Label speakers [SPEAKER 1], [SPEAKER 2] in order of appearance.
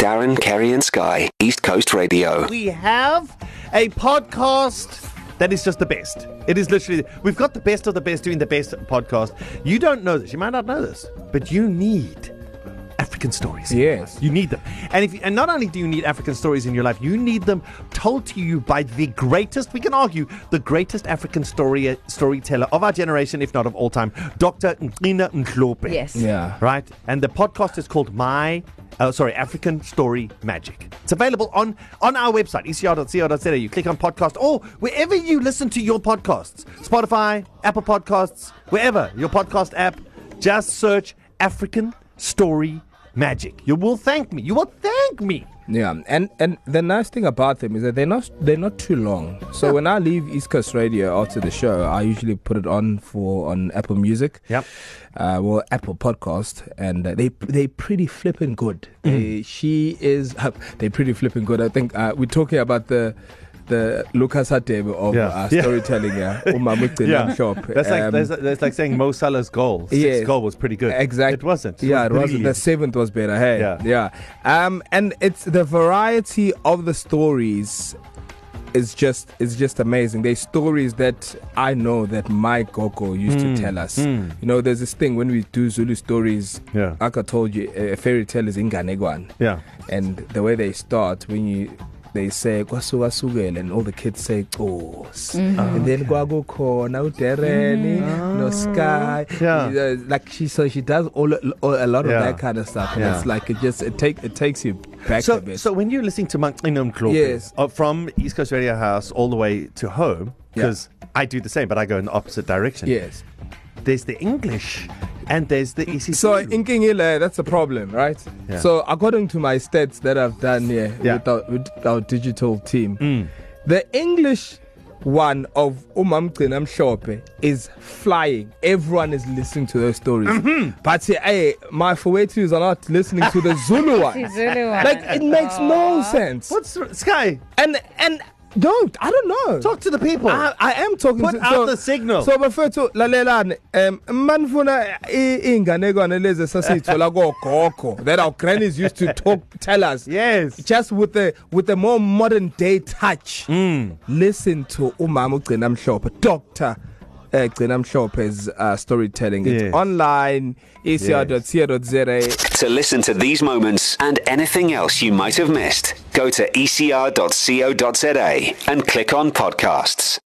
[SPEAKER 1] Darren, Kerry, and Sky, East Coast Radio.
[SPEAKER 2] We have a podcast that is just the best. It is literally, we've got the best of the best doing the best podcast. You don't know this, you might not know this, but you need African stories.
[SPEAKER 3] Yes.
[SPEAKER 2] You need them. And if you, and not only do you need African stories in your life, you need them told to you by the greatest, we can argue, the greatest African story storyteller of our generation, if not of all time, Dr. Nkrina Nklope.
[SPEAKER 4] Yes.
[SPEAKER 3] Yeah.
[SPEAKER 2] Right? And the podcast is called My uh, sorry, African Story Magic. It's available on on our website, E ecr.co.za. You click on podcast or wherever you listen to your podcasts. Spotify, Apple Podcasts, wherever your podcast app, just search African Story Magic. You will thank me. You will thank me.
[SPEAKER 3] Yeah, and and the nice thing about them is that they're not they're not too long. So when I leave East Coast Radio after the show, I usually put it on for on Apple Music.
[SPEAKER 2] Yep.
[SPEAKER 3] Uh, well, Apple Podcast, and uh, they they pretty flipping good.
[SPEAKER 2] Mm.
[SPEAKER 3] They, she is they pretty flipping good. I think uh, we're talking about the. The Lucas Hatebe of
[SPEAKER 2] Yeah.
[SPEAKER 3] uh,
[SPEAKER 2] Yeah.
[SPEAKER 3] storytelling, yeah, Uma Mugcina Shop.
[SPEAKER 2] That's like
[SPEAKER 3] Um,
[SPEAKER 2] that's, that's like saying Mo Salah's goal. Sixth
[SPEAKER 3] Yeah.
[SPEAKER 2] goal was pretty good.
[SPEAKER 3] Exactly.
[SPEAKER 2] It wasn't.
[SPEAKER 3] Yeah, it wasn't. The
[SPEAKER 2] brilliant.
[SPEAKER 3] seventh was better. Hey.
[SPEAKER 2] Yeah.
[SPEAKER 3] Yeah. Um, and it's the variety of the stories is just is just amazing. There's stories that I know that my gogo used
[SPEAKER 2] Hmm.
[SPEAKER 3] to tell us. You know, there's this thing when we do Zulu stories.
[SPEAKER 2] Yeah.
[SPEAKER 3] Like I told you, a fairy tale is in Ganegwan.
[SPEAKER 2] Yeah.
[SPEAKER 3] And the way they start when you they say kwasuka sukele and all the kids say Xhosa and then
[SPEAKER 2] Oh,
[SPEAKER 3] kwakukhona uDereni no Sky
[SPEAKER 2] Ah. Yeah.
[SPEAKER 3] Uh, like she so she does all, all a lot of
[SPEAKER 2] Yeah.
[SPEAKER 3] that kind of stuff and
[SPEAKER 2] Yeah.
[SPEAKER 3] it's like it just it take it takes you back a
[SPEAKER 2] So,
[SPEAKER 3] bit
[SPEAKER 2] so when you're listening to Monk Inum Claude,
[SPEAKER 3] Yes.
[SPEAKER 2] uh, from East Coast Radio House all the way to home, because I do the same, but I go in the opposite direction.
[SPEAKER 3] yes
[SPEAKER 2] There's the English and there's the E ECC.
[SPEAKER 3] so in Kingile that's a problem right
[SPEAKER 2] Yeah.
[SPEAKER 3] so according to my stats that I've done here
[SPEAKER 2] Yeah. Mm.
[SPEAKER 3] with, our, with our digital team the English one of Umamgcina Mhlophe is flying. Everyone is listening to those stories.
[SPEAKER 2] Mm-hmm.
[SPEAKER 3] But hey, my Fowetus are not listening to the Zulu one.
[SPEAKER 4] Zulu one.
[SPEAKER 3] Like it makes no sense.
[SPEAKER 2] What's the, Sky?
[SPEAKER 3] And and don't I don't know.
[SPEAKER 2] Talk to the people.
[SPEAKER 3] I, I am talking
[SPEAKER 2] Put
[SPEAKER 3] to
[SPEAKER 2] out the signal.
[SPEAKER 3] So before to lalelani um manifuna inganekwane lezi sasiyithola kogogo that our grannies used to talk tell us.
[SPEAKER 2] Yes.
[SPEAKER 3] Just with the with the more modern day touch.
[SPEAKER 2] Hmm.
[SPEAKER 3] Listen to umama ugcina mhlophe Dr. Uh, Gcina Mhlophe's uh, storytelling. It's
[SPEAKER 2] Yes.
[SPEAKER 3] online e ecr.co.za
[SPEAKER 1] To listen to these moments and anything else you E might have missed, go to ecr.co.za and click on podcasts.